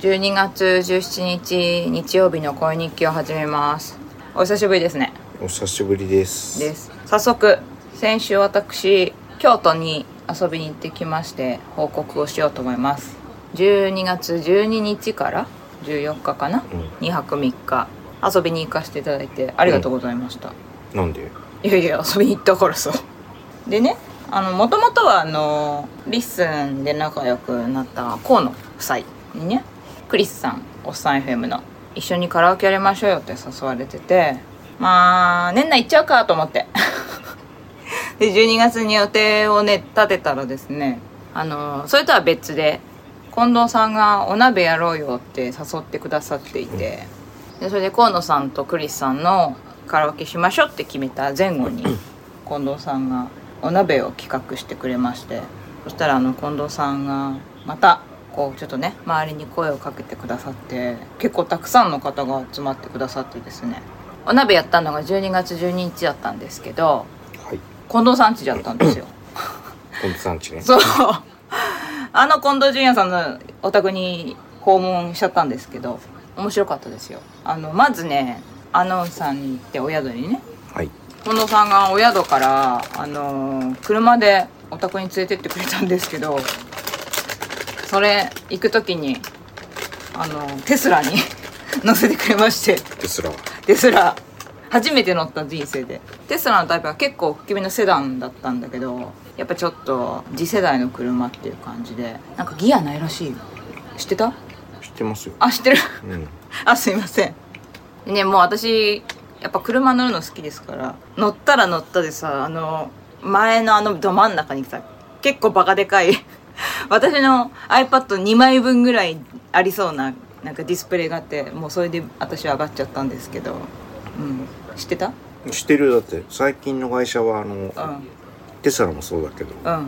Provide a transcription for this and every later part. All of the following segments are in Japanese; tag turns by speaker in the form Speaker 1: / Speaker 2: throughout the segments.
Speaker 1: 12月17日日曜日の恋日記を始めますお久しぶりですね
Speaker 2: お久しぶりです。
Speaker 1: です早速先週私京都に遊びに行ってきまして報告をしようと思います12月12日から14日かな、
Speaker 2: うん
Speaker 1: 2泊3日遊びに行かせていただいてありがとうございました、
Speaker 2: なんで
Speaker 1: いやいや遊びに行ったからさでねあのもともとはあのリッスンで仲良くなった河野夫妻にねクリスさんおっさん FM の一緒にカラオケやりましょうよって誘われててまあ年内行っちゃうかと思って で12月に予定をね立てたらですねあのそれとは別で近藤さんがお鍋やろうよって誘ってくださっていて、でそれで河野さんとクリスさんのカラオケしましょうって決めた前後に近藤さんがお鍋を企画してくれましてそしたらあの近藤さんがまたこうちょっとね周りに声をかけてくださって結構たくさんの方が集まってくださってですねお鍋やったのが12月12日だったんですけど
Speaker 2: はい。
Speaker 1: 近藤さん家だったんですよ。
Speaker 2: 本当さんちね。
Speaker 1: そう。あの近藤淳也さんのお宅に訪問しちゃったんですけど、面白かったですよ。あの、まずね、アナウンサーに行ってお宿にね、
Speaker 2: はい。
Speaker 1: 近藤さんがお宿から、あのー車でお宅に連れてってくれたんですけど、それ行く時に、あの、テスラに 乗せてくれまして、
Speaker 2: テスラ。
Speaker 1: テスラ初めて乗った人生でテスラのタイプは結構大きめのセダンだったんだけどやっぱちょっと次世代の車っていう感じでなんかギアないらしいよ知ってた
Speaker 2: 知ってますよ。
Speaker 1: あ知ってる
Speaker 2: うん。
Speaker 1: あすいませんでねもう私やっぱ車乗るの好きですから乗ったら乗ったでさあの前のあのど真ん中にさ結構バカでかい 私の iPad2 枚分ぐらいありそうななんかディスプレイがあってもうそれで私は上がっちゃったんですけどうん知ってた
Speaker 2: 知ってるよだって、最近の会社は、あの、
Speaker 1: うん
Speaker 2: テスラもそうだけど、
Speaker 1: う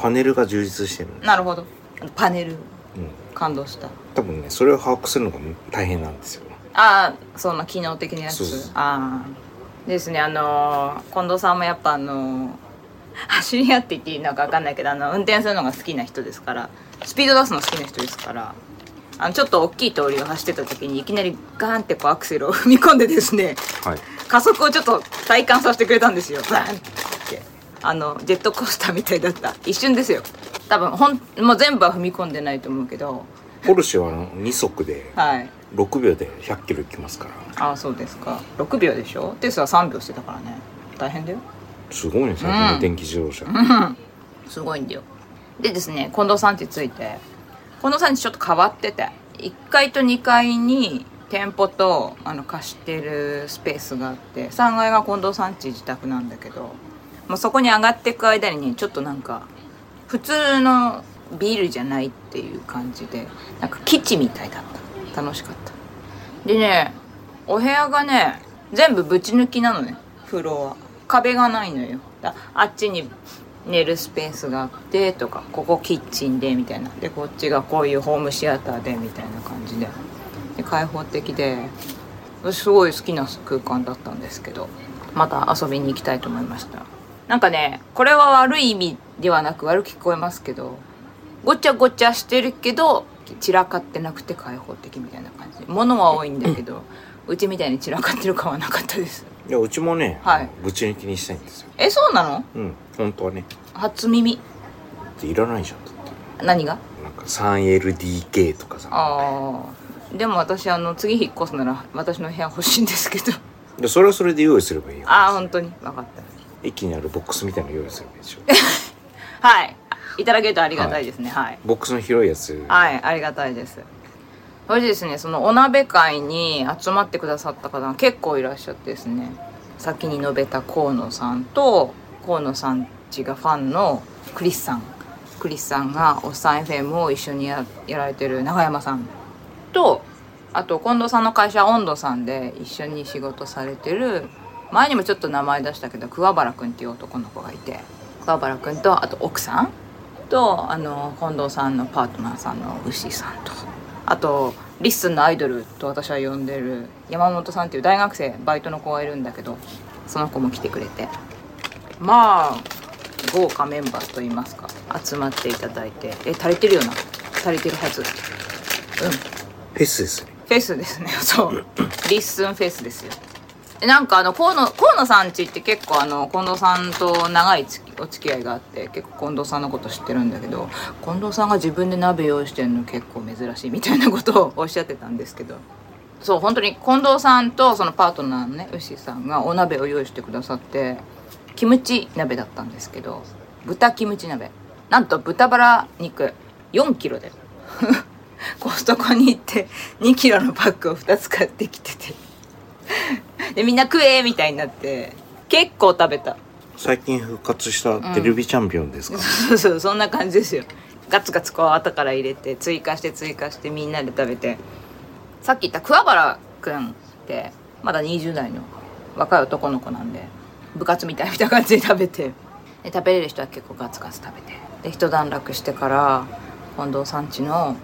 Speaker 2: パネルが充実してるの
Speaker 1: んなるほどパネル
Speaker 2: うん。
Speaker 1: 感動した
Speaker 2: 多分ね、それを把握するのが大変なんですよ。
Speaker 1: ああその機能的なや
Speaker 2: そう
Speaker 1: つ
Speaker 2: そう
Speaker 1: ああですねあのー近藤さんもやっぱあのー 走り合って言っていいのか分かんないけどあの運転するのが好きな人ですからスピード出すの好きな人ですからあのちょっと大きい通りを走ってた時にいきなりガーンってこうアクセルを踏み込んでですね
Speaker 2: はい。
Speaker 1: 加速をちょっと体感させてくれたんですよバーンってあのジェットコースターみたいだった一瞬ですよ多分ほんもう全部は踏み込んでないと思うけど
Speaker 2: ポルシェはあの2足で、
Speaker 1: はい
Speaker 2: 6秒で100キロいきますから。
Speaker 1: ああそうですか6秒でしょテスラ3秒してたからね大変だよ
Speaker 2: すごいね、最近の電気自動車。
Speaker 1: すごいんだよでですね近藤さん家着いて近藤さん家ちょっと変わってて1階と2階に店舗とあの貸してるスペースがあって3階が近藤さん家自宅なんだけど、まあ、そこに上がっていく間にねちょっとなんか普通のビールじゃないっていう感じでなんか基地みたいだった楽しかったでねお部屋がね全部ぶち抜きなのねフロア壁がないのよだあっちに寝るスペースがあってとかここキッチンでみたいなでこっちがこういうホームシアターでみたいな感じでで開放的で私すごい好きな空間だったんですけどまた遊びに行きたいと思いましたなんかねこれは悪い意味ではなく悪く聞こえますけどごちゃごちゃしてるけど散らかってなくて開放的みたいな感じ物は多いんだけどうちみたいに散らかってる感はなかったです
Speaker 2: いや、うちもね、
Speaker 1: はい
Speaker 2: ぶち抜きにしたいんですよ。
Speaker 1: えそうなの
Speaker 2: うん。本当はね。
Speaker 1: 初耳
Speaker 2: だっていらないじゃん。だって
Speaker 1: 何が
Speaker 2: なんか 3LDK とかさ。
Speaker 1: ああでも私あの次引っ越すなら私の部屋欲しいんですけど
Speaker 2: で、それはそれで用意すればいいよ。
Speaker 1: ああ本当に分かった
Speaker 2: 駅にあるボックスみたいなの用意するでしょ
Speaker 1: はいいただけるとありがたいですねはい
Speaker 2: ボックスの広いやつ
Speaker 1: はい、ありがたいです。それでですね、そのお鍋会に集まってくださった方が結構いらっしゃってですね、先に述べた河野さんと、河野さんちがファンのクリスさん。クリスさんがおっさん FM を一緒にややられてる永山さんと、あと近藤さんの会社温度さんで一緒に仕事されてる、前にもちょっと名前出したけど、桑原くんっていう男の子がいて、桑原くんと、あと奥さんとあの近藤さんのパートナーさんの牛さんとあとリッスンのアイドルと私は呼んでる山本さんっていう大学生バイトの子がいるんだけどその子も来てくれてまあ豪華メンバーといいますか集まっていただいてえ足りてるよな足りてるはずうん
Speaker 2: フェスですね
Speaker 1: フェスですね そうリッスンフェスですよでなんかあの河野河野さんちって結構あの近藤さんと長いつきお付き合いがあって結構近藤さんのこと知ってるんだけど近藤さんが自分で鍋用意してるの結構珍しいみたいなことをおっしゃってたんですけどそう本当に近藤さんとそのパートナーのね牛さんがお鍋を用意してくださってキムチ鍋だったんですけど豚キムチ鍋なんと豚バラ肉4キロで コストコに行って2キロのパックを2つ買ってきててでみんな食えみたいになって結構食べた
Speaker 2: 最近復活したテレビチャンピオンですか、
Speaker 1: そうそうそんな感じですよガツガツこう後から入れて追加して追加してみんなで食べてさっき言った桑原くんってまだ20代の若い男の子なんで部活みたいみたいな感じで食べてで食べれる人は結構ガツガツ食べてで一段落してから近藤さん家の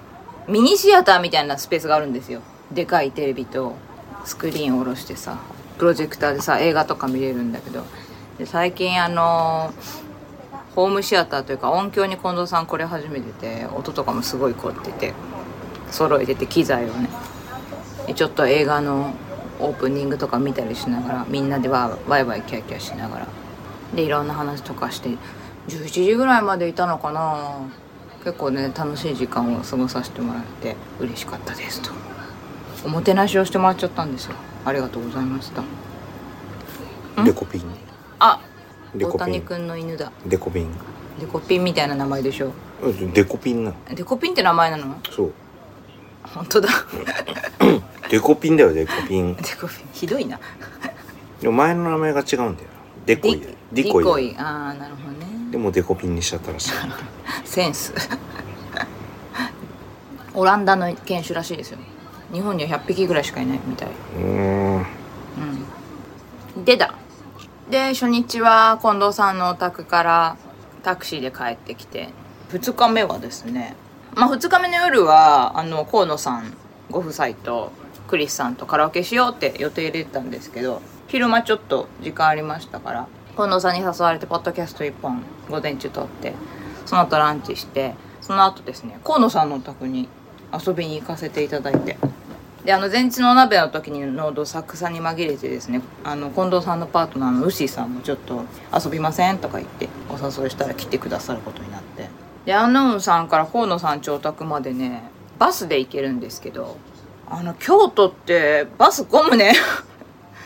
Speaker 1: ミニシアターみたいなスペースがあるんですよでかいテレビとスクリーンを下ろしてさプロジェクターでさ映画とか見れるんだけどで最近あのホームシアターというか音響に近藤さんこれ始めてて音とかもすごい凝ってて揃えてて機材をねでちょっと映画のオープニングとか見たりしながらみんなでわワイワイキャキャしながらでいろんな話とかして11時ぐらいまでいたのかな結構ね楽しい時間を過ごさせてもらって嬉しかったですとおもてなしをしてもらっちゃったんですよありがとうございました
Speaker 2: デコピン
Speaker 1: あ
Speaker 2: デ
Speaker 1: 大
Speaker 2: コピ
Speaker 1: 谷
Speaker 2: ン
Speaker 1: くんの犬だ
Speaker 2: デコピン
Speaker 1: デコピンみたいな名前でしょ
Speaker 2: うんデコピンなの
Speaker 1: デコピンって名前なの
Speaker 2: そう
Speaker 1: 本当だ
Speaker 2: デコピンだよデコピン
Speaker 1: デコピンひどいな
Speaker 2: でも前の名前が違うんだよデコイだよ
Speaker 1: デ
Speaker 2: デ
Speaker 1: ィコ
Speaker 2: コ
Speaker 1: イ
Speaker 2: イだよ
Speaker 1: ああなるほどね
Speaker 2: でもデコピンにしちゃったらしい
Speaker 1: センスオランダの犬種らしいですよ日本には100匹ぐらいしかいないみたいう
Speaker 2: ーん
Speaker 1: うんでだで初日は近藤さんのお宅からタクシーで帰ってきて2日目はですねまあ2日目の夜はあの河野さんご夫妻とクリスさんとカラオケしようって予定入れてたんですけど昼間ちょっと時間ありましたから近藤さんに誘われてポッドキャスト1本午前中撮ってその後ランチしてその後ですね河野さんのお宅に遊びに行かせていただいてであの前日のお鍋の時のどさくさに紛れてですねあの近藤さんのパートナーのウシーさんもちょっと遊びませんとか言ってお誘いしたら来てくださることになってでアンノウンさんから河野さん調宅までねバスで行けるんですけどあの京都ってバス混むね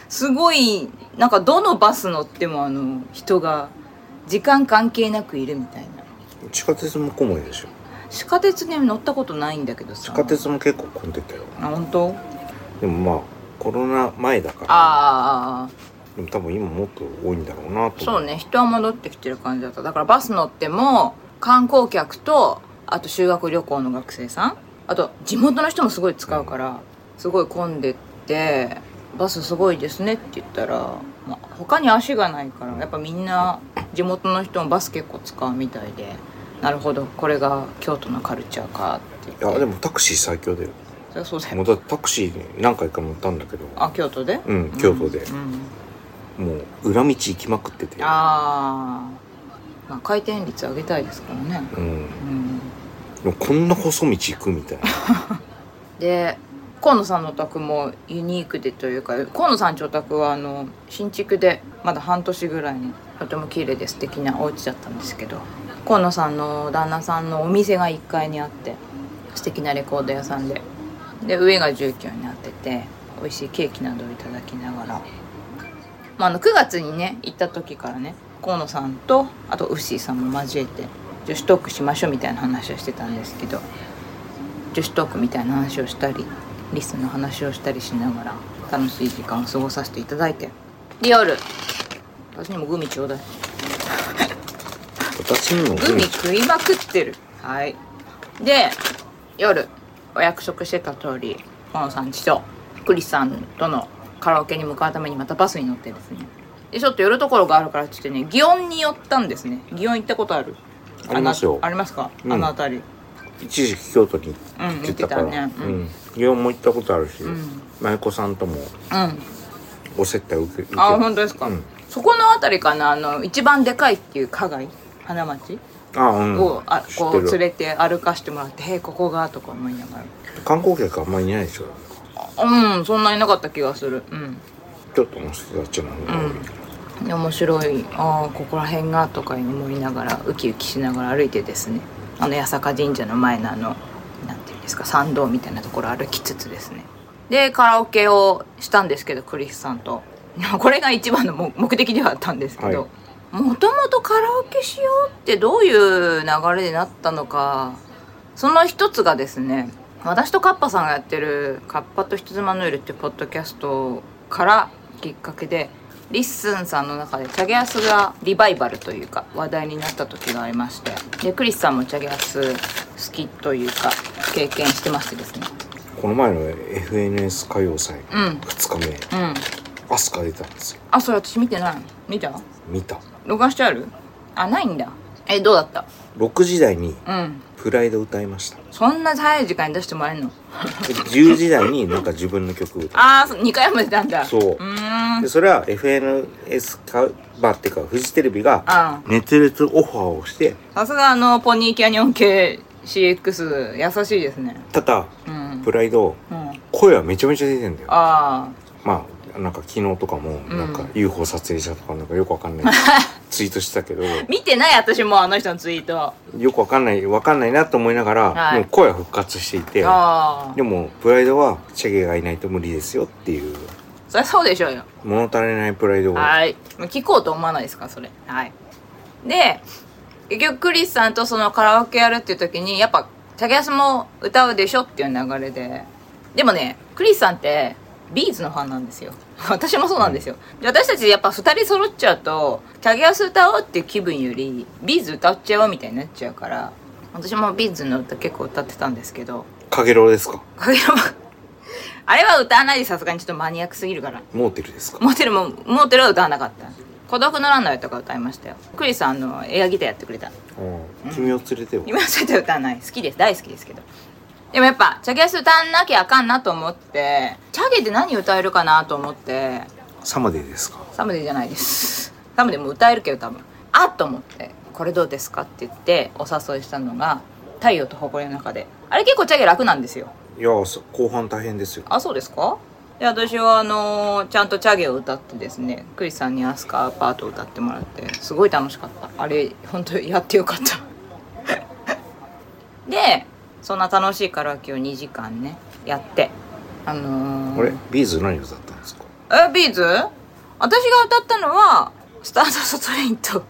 Speaker 1: すごいなんかどのバス乗ってもあの人が時間関係なくいるみたいな
Speaker 2: 地下鉄も混むでしょ
Speaker 1: 地下鉄に乗ったことないんだけどさ
Speaker 2: 地下鉄も結構混んでたよ
Speaker 1: あ本当
Speaker 2: でもまあコロナ前だから
Speaker 1: ああ
Speaker 2: でも多分今もっと多いんだろうなと思
Speaker 1: そうね人は戻ってきてる感じだっただからバス乗っても観光客とあと修学旅行の学生さんあと地元の人もすごい使うからすごい混んでってバスすごいですねって言ったら、まあ、他に足がないからやっぱみんな地元の人もバス結構使うみたいでなるほどこれが京都のカルチャーかって
Speaker 2: いやでもタクシー最強だよ
Speaker 1: そりゃそうだ
Speaker 2: も
Speaker 1: よ
Speaker 2: うだってタクシー何回か乗ったんだけど
Speaker 1: あ京都で
Speaker 2: うん京都で
Speaker 1: うんうん
Speaker 2: もう裏道行きまくってて
Speaker 1: あー、まあ回転率上げたいですからね
Speaker 2: うん
Speaker 1: うん
Speaker 2: でもこんな細道行くみたいな
Speaker 1: で河野さんのお宅もユニークでというか河野さんちお宅はあの新築でまだ半年ぐらいにとても綺麗で素敵なお家だったんですけど河野さんの旦那さんのお店が1階にあって素敵なレコード屋さんでで上が住居になってて美味しいケーキなどをいただきながら、まあ、あの9月にね行った時からね河野さんとあとウッシーさんも交えて女子トークしましょうみたいな話をしてたんですけど女子トークみたいな話をしたりリスの話をしたりしながら楽しい時間を過ごさせていただいてリアル私にもグミちょうだい
Speaker 2: 私にも
Speaker 1: グミ食いまくってるはいで夜お約束してた通り河野さんちとクリスさんとのカラオケに向かうためにまたバスに乗ってですねでちょっと寄るところがあるからって言ってね祇園に寄ったんですね祇園行ったことある
Speaker 2: ありますよ
Speaker 1: あのありますか、
Speaker 2: うん
Speaker 1: あの辺り
Speaker 2: 一時期京都に行ってたから、
Speaker 1: うん行ってたねうん
Speaker 2: 祇園も行ったことあるし、
Speaker 1: ん
Speaker 2: 舞子さんとも
Speaker 1: うん
Speaker 2: お接待を受け受け
Speaker 1: あ本当ですか、
Speaker 2: うん
Speaker 1: そこの辺りかなあの一番でかいっていう花街花街
Speaker 2: あうん
Speaker 1: をあ
Speaker 2: 知っ
Speaker 1: こ
Speaker 2: て
Speaker 1: う
Speaker 2: る
Speaker 1: 連れて歩かしてもらって「へえここが」とか思いながら
Speaker 2: 観光客あんまりいないでしょ
Speaker 1: あうんそんないなかった気がするうん
Speaker 2: ちょっとの人たちの方が多い、
Speaker 1: で面白いああここら辺がとか思いながらウキウキしながら歩いてですねあの八坂神社の前のあのなんていうんですか参道みたいなところ歩きつつですねでカラオケをしたんですけどクリスさんと これが一番の目目的ではあったんですけどもともとカラオケしようってどういう流れになったのかその一つがですね私とカッパさんがやってる「カッパと人妻の夜」っていうポッドキャストからきっかけでリッスンさんの中でチャゲアスがリバイバルというか話題になった時がありましてでクリスさんもチャゲアス好きというか経験してましてですね
Speaker 2: この前の FNS 歌謡祭
Speaker 1: うん
Speaker 2: 2日目
Speaker 1: うん
Speaker 2: アスカ出たんですよ
Speaker 1: あそれ私見てない見た
Speaker 2: 見た
Speaker 1: 録画してあるあないんだえどうだった
Speaker 2: 6時台に
Speaker 1: うん
Speaker 2: 「プライド」歌いました
Speaker 1: そんな早い時間に出してもらえるの
Speaker 2: で10時台になんか自分の曲を歌
Speaker 1: ああ2回も出たんだ
Speaker 2: そう
Speaker 1: うー
Speaker 2: うんでそれは FNS カバーっていうかフジテレビが
Speaker 1: あ
Speaker 2: 熱烈オファーをして
Speaker 1: さすがあのポニーキャニオン系 CX 優しいですね
Speaker 2: ただ
Speaker 1: うん、
Speaker 2: プライド
Speaker 1: うん、
Speaker 2: 声はめちゃめちゃ出てんだよ
Speaker 1: あ
Speaker 2: まあなんか昨日とかも
Speaker 1: うん
Speaker 2: なんか UFO 撮影したとかなんかよくわかん ないツイートしてたけど
Speaker 1: ー見てない私もあの人のツイート
Speaker 2: よくわかんないわかんないなと思いながら
Speaker 1: はい
Speaker 2: もう声は復活していて
Speaker 1: ああ
Speaker 2: でもプライドはチェゲがいないと無理ですよっていう
Speaker 1: そりゃそうでしょうよ
Speaker 2: 物足りないプライドを
Speaker 1: はいもう聞こうと思わないですかそれはいで結局クリスさんとそのカラオケやるっていう時にやっぱ竹安も歌うでしょっていう流れででもねクリスさんってビーズのファンなんですよ 私もそうなんですよで私たちやっぱ2人揃っちゃうと「竹安歌おう」っていう気分よりビーズ歌っちゃおうみたいになっちゃうから私もビーズの歌結構歌ってたんですけど
Speaker 2: かげろうですか
Speaker 1: あれは歌わないでさすがにちょっとマニアックすぎるから
Speaker 2: モーテルですか
Speaker 1: モテるもモテるは歌わなかった孤独のランナーとか歌いましたよクリスあのエアギターやってくれた
Speaker 2: うん君を連れてよ
Speaker 1: 今はちょっと歌わない好きです大好きですけどでもやっぱチャゲアス歌んなきゃあかんなと思ってチャゲで何歌えるかなと思って
Speaker 2: サマデーですか
Speaker 1: サムデーじゃないですサムデーも歌えるけど多分あっと思ってこれどうですかって言ってお誘いしたのが太陽と誇りの中であれ結構チャゲ楽なんですよ
Speaker 2: いやそ後半大変ですよ
Speaker 1: あそうですかで私はあのーちゃんとチャゲを歌ってですねクリスさんにアスカパートを歌ってもらってすごい楽しかったあれ本当やってよかった でそんな楽しいカラオケを2時間ねやってあのー、
Speaker 2: あれビーズ何歌ったんですか
Speaker 1: えビーズ私が歌ったのは「スタートストレインと」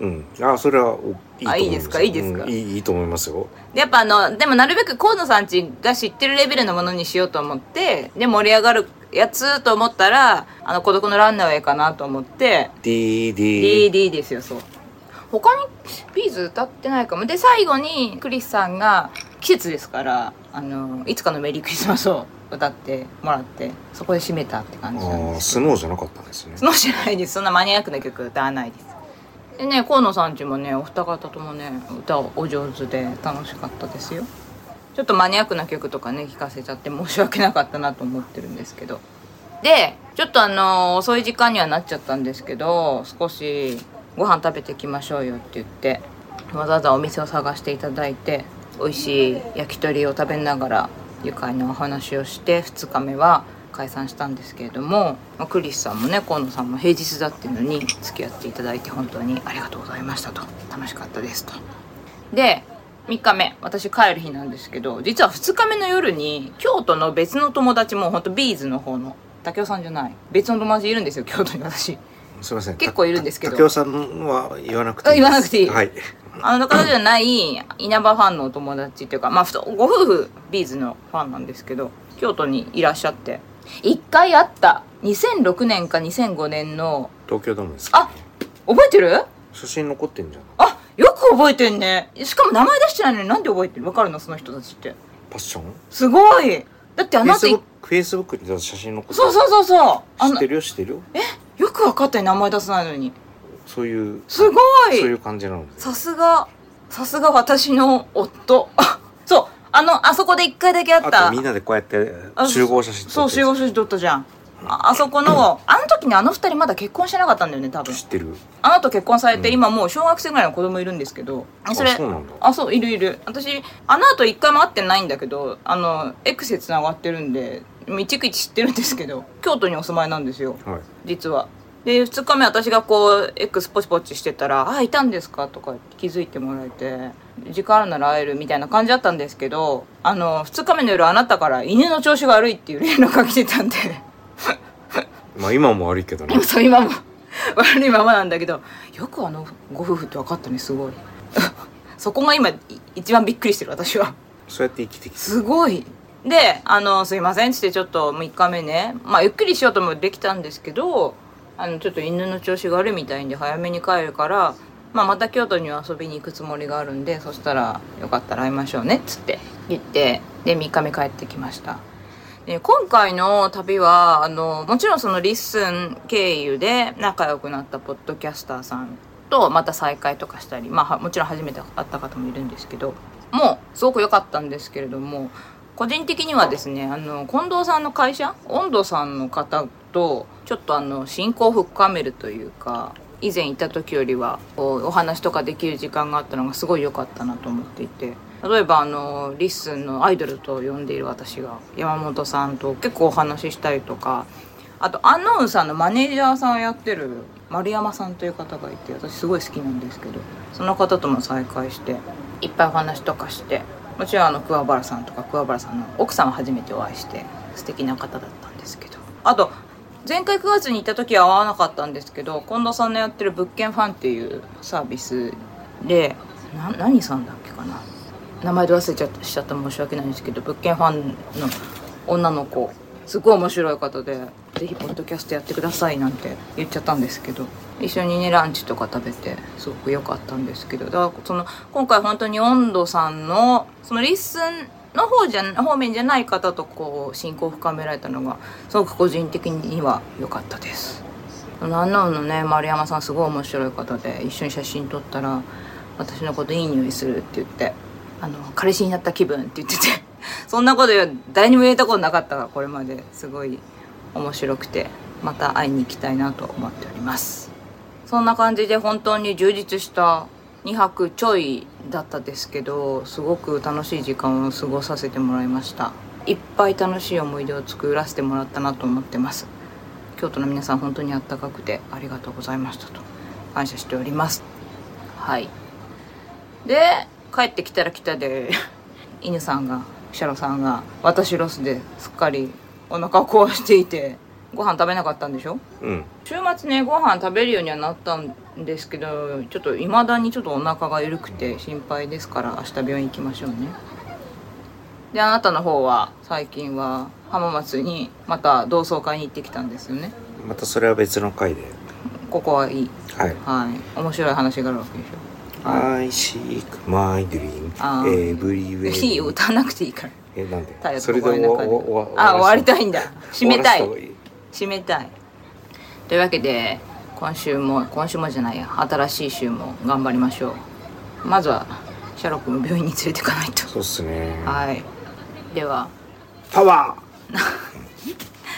Speaker 2: うんあそれはおいいと思
Speaker 1: あいい
Speaker 2: ま
Speaker 1: ですかいいですか
Speaker 2: うんいいいいと思いますよ
Speaker 1: でやっぱあのでもなるべく河野さんちが知ってるレベルのものにしようと思ってで盛り上がるやつと思ったらあの孤独のランナーウェイかなと思って
Speaker 2: ディーディー
Speaker 1: DD ですよそう他にビーズ歌ってないかもで最後にクリスさんが季節ですからあのいつかのメリークリスマスを歌ってもらってそこで締めたって感じなん
Speaker 2: あ
Speaker 1: で
Speaker 2: あ
Speaker 1: す
Speaker 2: スノーじゃなかったんですね
Speaker 1: そのじゃないですそんなマニアックな曲歌わないですでね河野さんちもねお二方ともね歌お上手で楽しかったですよちょっとマニアックな曲とかね聞かせちゃって申し訳なかったなと思ってるんですけどでちょっとあの遅い時間にはなっちゃったんですけど少しご飯食べてきましょうよって言ってわざわざお店を探していただいて美味しい焼き鳥を食べながら愉快なお話をして2日目は解散したんですけれども、まあクリスさんもね河野さんも平日だっていうのに付き合っていただいて本当にありがとうございましたと楽しかったですとで3日目私帰る日なんですけど実は2日目の夜に京都の別の友達も本当ビーズの方の武雄さんじゃない別の友達いるんですよ京都に私
Speaker 2: すみません
Speaker 1: 結構いるんですけど
Speaker 2: た竹雄さんは言わなくていい
Speaker 1: あ言わなくていい
Speaker 2: はい
Speaker 1: あの方じゃない稲葉ファンのお友達っていうかまあふとご夫婦ビーズのファンなんですけど京都にいらっしゃって1回会った2006年か2005年の
Speaker 2: 東京ドームですか
Speaker 1: あ覚えてる
Speaker 2: 写真残ってんじゃん
Speaker 1: あよく覚えてんねしかも名前出してないのになんで覚えてるわかるのその人たちって
Speaker 2: パッション
Speaker 1: すごいだってあ
Speaker 2: フェ
Speaker 1: の
Speaker 2: イスブッ
Speaker 1: 後
Speaker 2: クフェイスブックに写真残って
Speaker 1: そうそうそうそうあ
Speaker 2: 知っ
Speaker 1: の
Speaker 2: てるよ知ってるよ
Speaker 1: よく分かったよ名前出さないのに
Speaker 2: そういう
Speaker 1: すごい
Speaker 2: そういう感じなので
Speaker 1: さすがさすが私の夫 そうあのあそこで1回だけ会っ
Speaker 2: あ
Speaker 1: た
Speaker 2: とみんなでこうやって
Speaker 1: あ
Speaker 2: 集合写真撮
Speaker 1: そう
Speaker 2: って
Speaker 1: 集合写真撮ったじゃんああそこのあの時にあの二人まだ結婚してなかったんだよね多分
Speaker 2: 知ってる
Speaker 1: あのと結婚されて、
Speaker 2: うん
Speaker 1: 今もう小学生ぐらいの子供いるんですけど
Speaker 2: あ
Speaker 1: それ
Speaker 2: そうなんだ
Speaker 1: あそういるいる私あの後一回も会ってないんだけどあの X でつながってるんでもういちくいち知ってるんですけど京都にお住まいなんですよ
Speaker 2: はい
Speaker 1: 実はで2日目私がこう X ポチポチしてたら「あいたんですか?」とか気づいてもらえて「時間あるなら会える」みたいな感じだったんですけどあの2日目の夜あなたから犬の調子が悪いっていう連絡が来てたんで
Speaker 2: まあ今も悪いけどね
Speaker 1: 今そう今も 悪いままなんだけどよくあのご夫婦って分かったねすごい そこが今い一番びっくりしてる私は。
Speaker 2: そうやって生きてきて
Speaker 1: すごいで「あのすいません」っつってちょっと3日目ねまあゆっくりしようともできたんですけどあのちょっと犬の調子が悪いみたいんで早めに帰るから、まあ、また京都には遊びに行くつもりがあるんでそしたら「よかったら会いましょうね」っつって言ってで3日目帰ってきました。で今回の旅はあのもちろんそのリッスン経由で仲良くなったポッドキャスターさんとまた再会とかしたり、まあ、はもちろん初めて会った方もいるんですけどもうすごく良かったんですけれども個人的にはですねあの近藤さんの会社温度さんの方とちょっとあの親交を深めるというか以前行った時よりはこうお話とかできる時間があったのがすごい良かったなと思っていて例えばあのリッスンのアイドルと呼んでいる私が山本さんと結構お話ししたりとかあとアンノウンさんのマネージャーさんをやってる丸山さんという方がいて私すごい好きなんですけどその方とも再会していっぱいお話とかしてもちろんあの桑原さんとか桑原さんの奥さんは初めてお会いして素敵な方だったんですけどあと前回9月に行った時は会わなかったんですけど近藤さんのやってる「物件ファン」っていうサービスでな何さんだっけかな名前で忘れちゃったしちゃったら申し訳ないんですけど物件ファンの女の子すごい面白い方でぜひポッドキャストやってくださいなんて言っちゃったんですけど一緒にねランチとか食べてすごく良かったんですけどだからその今回本当に温度さんのそのリッスンの方じゃ方面じゃない方とこう親交を深められたのがすごく個人的には良かったです。なんなのね丸山さんすごい面白い方で一緒に写真撮ったら私のこといい匂いするって言ってあの彼氏になった気分って言って てそんなこと誰にも言えたことなかったからこれまですごい面白くてまた会いに行きたいなと思っておりますそんな感じで本当に充実した2泊ちょいだったですけどすごく楽しい時間を過ごさせてもらいましたいっぱい楽しい思い出を作らせてもらったなと思ってます京都の皆さん本当にあったかくてありがとうございましたと感謝しておりますはいで帰ってきたら来たで 犬さんがシャロさんが私ロスですっかりお腹を壊していてご飯食べなかったんでしょ
Speaker 2: うん
Speaker 1: 週末ねご飯食べるようにはなったんですけどちょっと未だにちょっとお腹が緩くて心配ですから明日病院行きましょうねであなたの方は最近は浜松にまた同窓会に行ってきたんですよね
Speaker 2: またそれは別の回で
Speaker 1: ここはいい
Speaker 2: はい
Speaker 1: はい面白い話があるわけでし
Speaker 2: 「
Speaker 1: ょはい
Speaker 2: I seek my dream
Speaker 1: あー
Speaker 2: everywhere」
Speaker 1: いい歌わなくていいから
Speaker 2: えなん
Speaker 1: 太
Speaker 2: で
Speaker 1: 陽
Speaker 2: そ
Speaker 1: と
Speaker 2: れ
Speaker 1: 心
Speaker 2: で終
Speaker 1: の
Speaker 2: わ
Speaker 1: 中で
Speaker 2: 終わ
Speaker 1: あ終わり
Speaker 2: い
Speaker 1: たいんだ締めたい
Speaker 2: 終わらせ方がい
Speaker 1: 締めたいというわけで今週も今週もじゃないや新しい週も頑張りましょうまずはシャロ君を病院に連れていかないと
Speaker 2: そうっすね
Speaker 1: はいでは
Speaker 2: パワ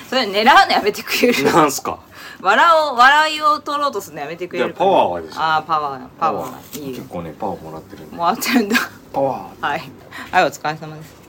Speaker 1: それ狙うのやめてくれ
Speaker 2: ー
Speaker 1: る
Speaker 2: なんすか
Speaker 1: 笑を笑いを取ろうとするのやめてくれる
Speaker 2: いやパワーはですよ
Speaker 1: ああパワーパワーいいよ
Speaker 2: 結構ねパワーもらってるんで
Speaker 1: もうあってるんだ
Speaker 2: パワー
Speaker 1: はいはいお疲れ様です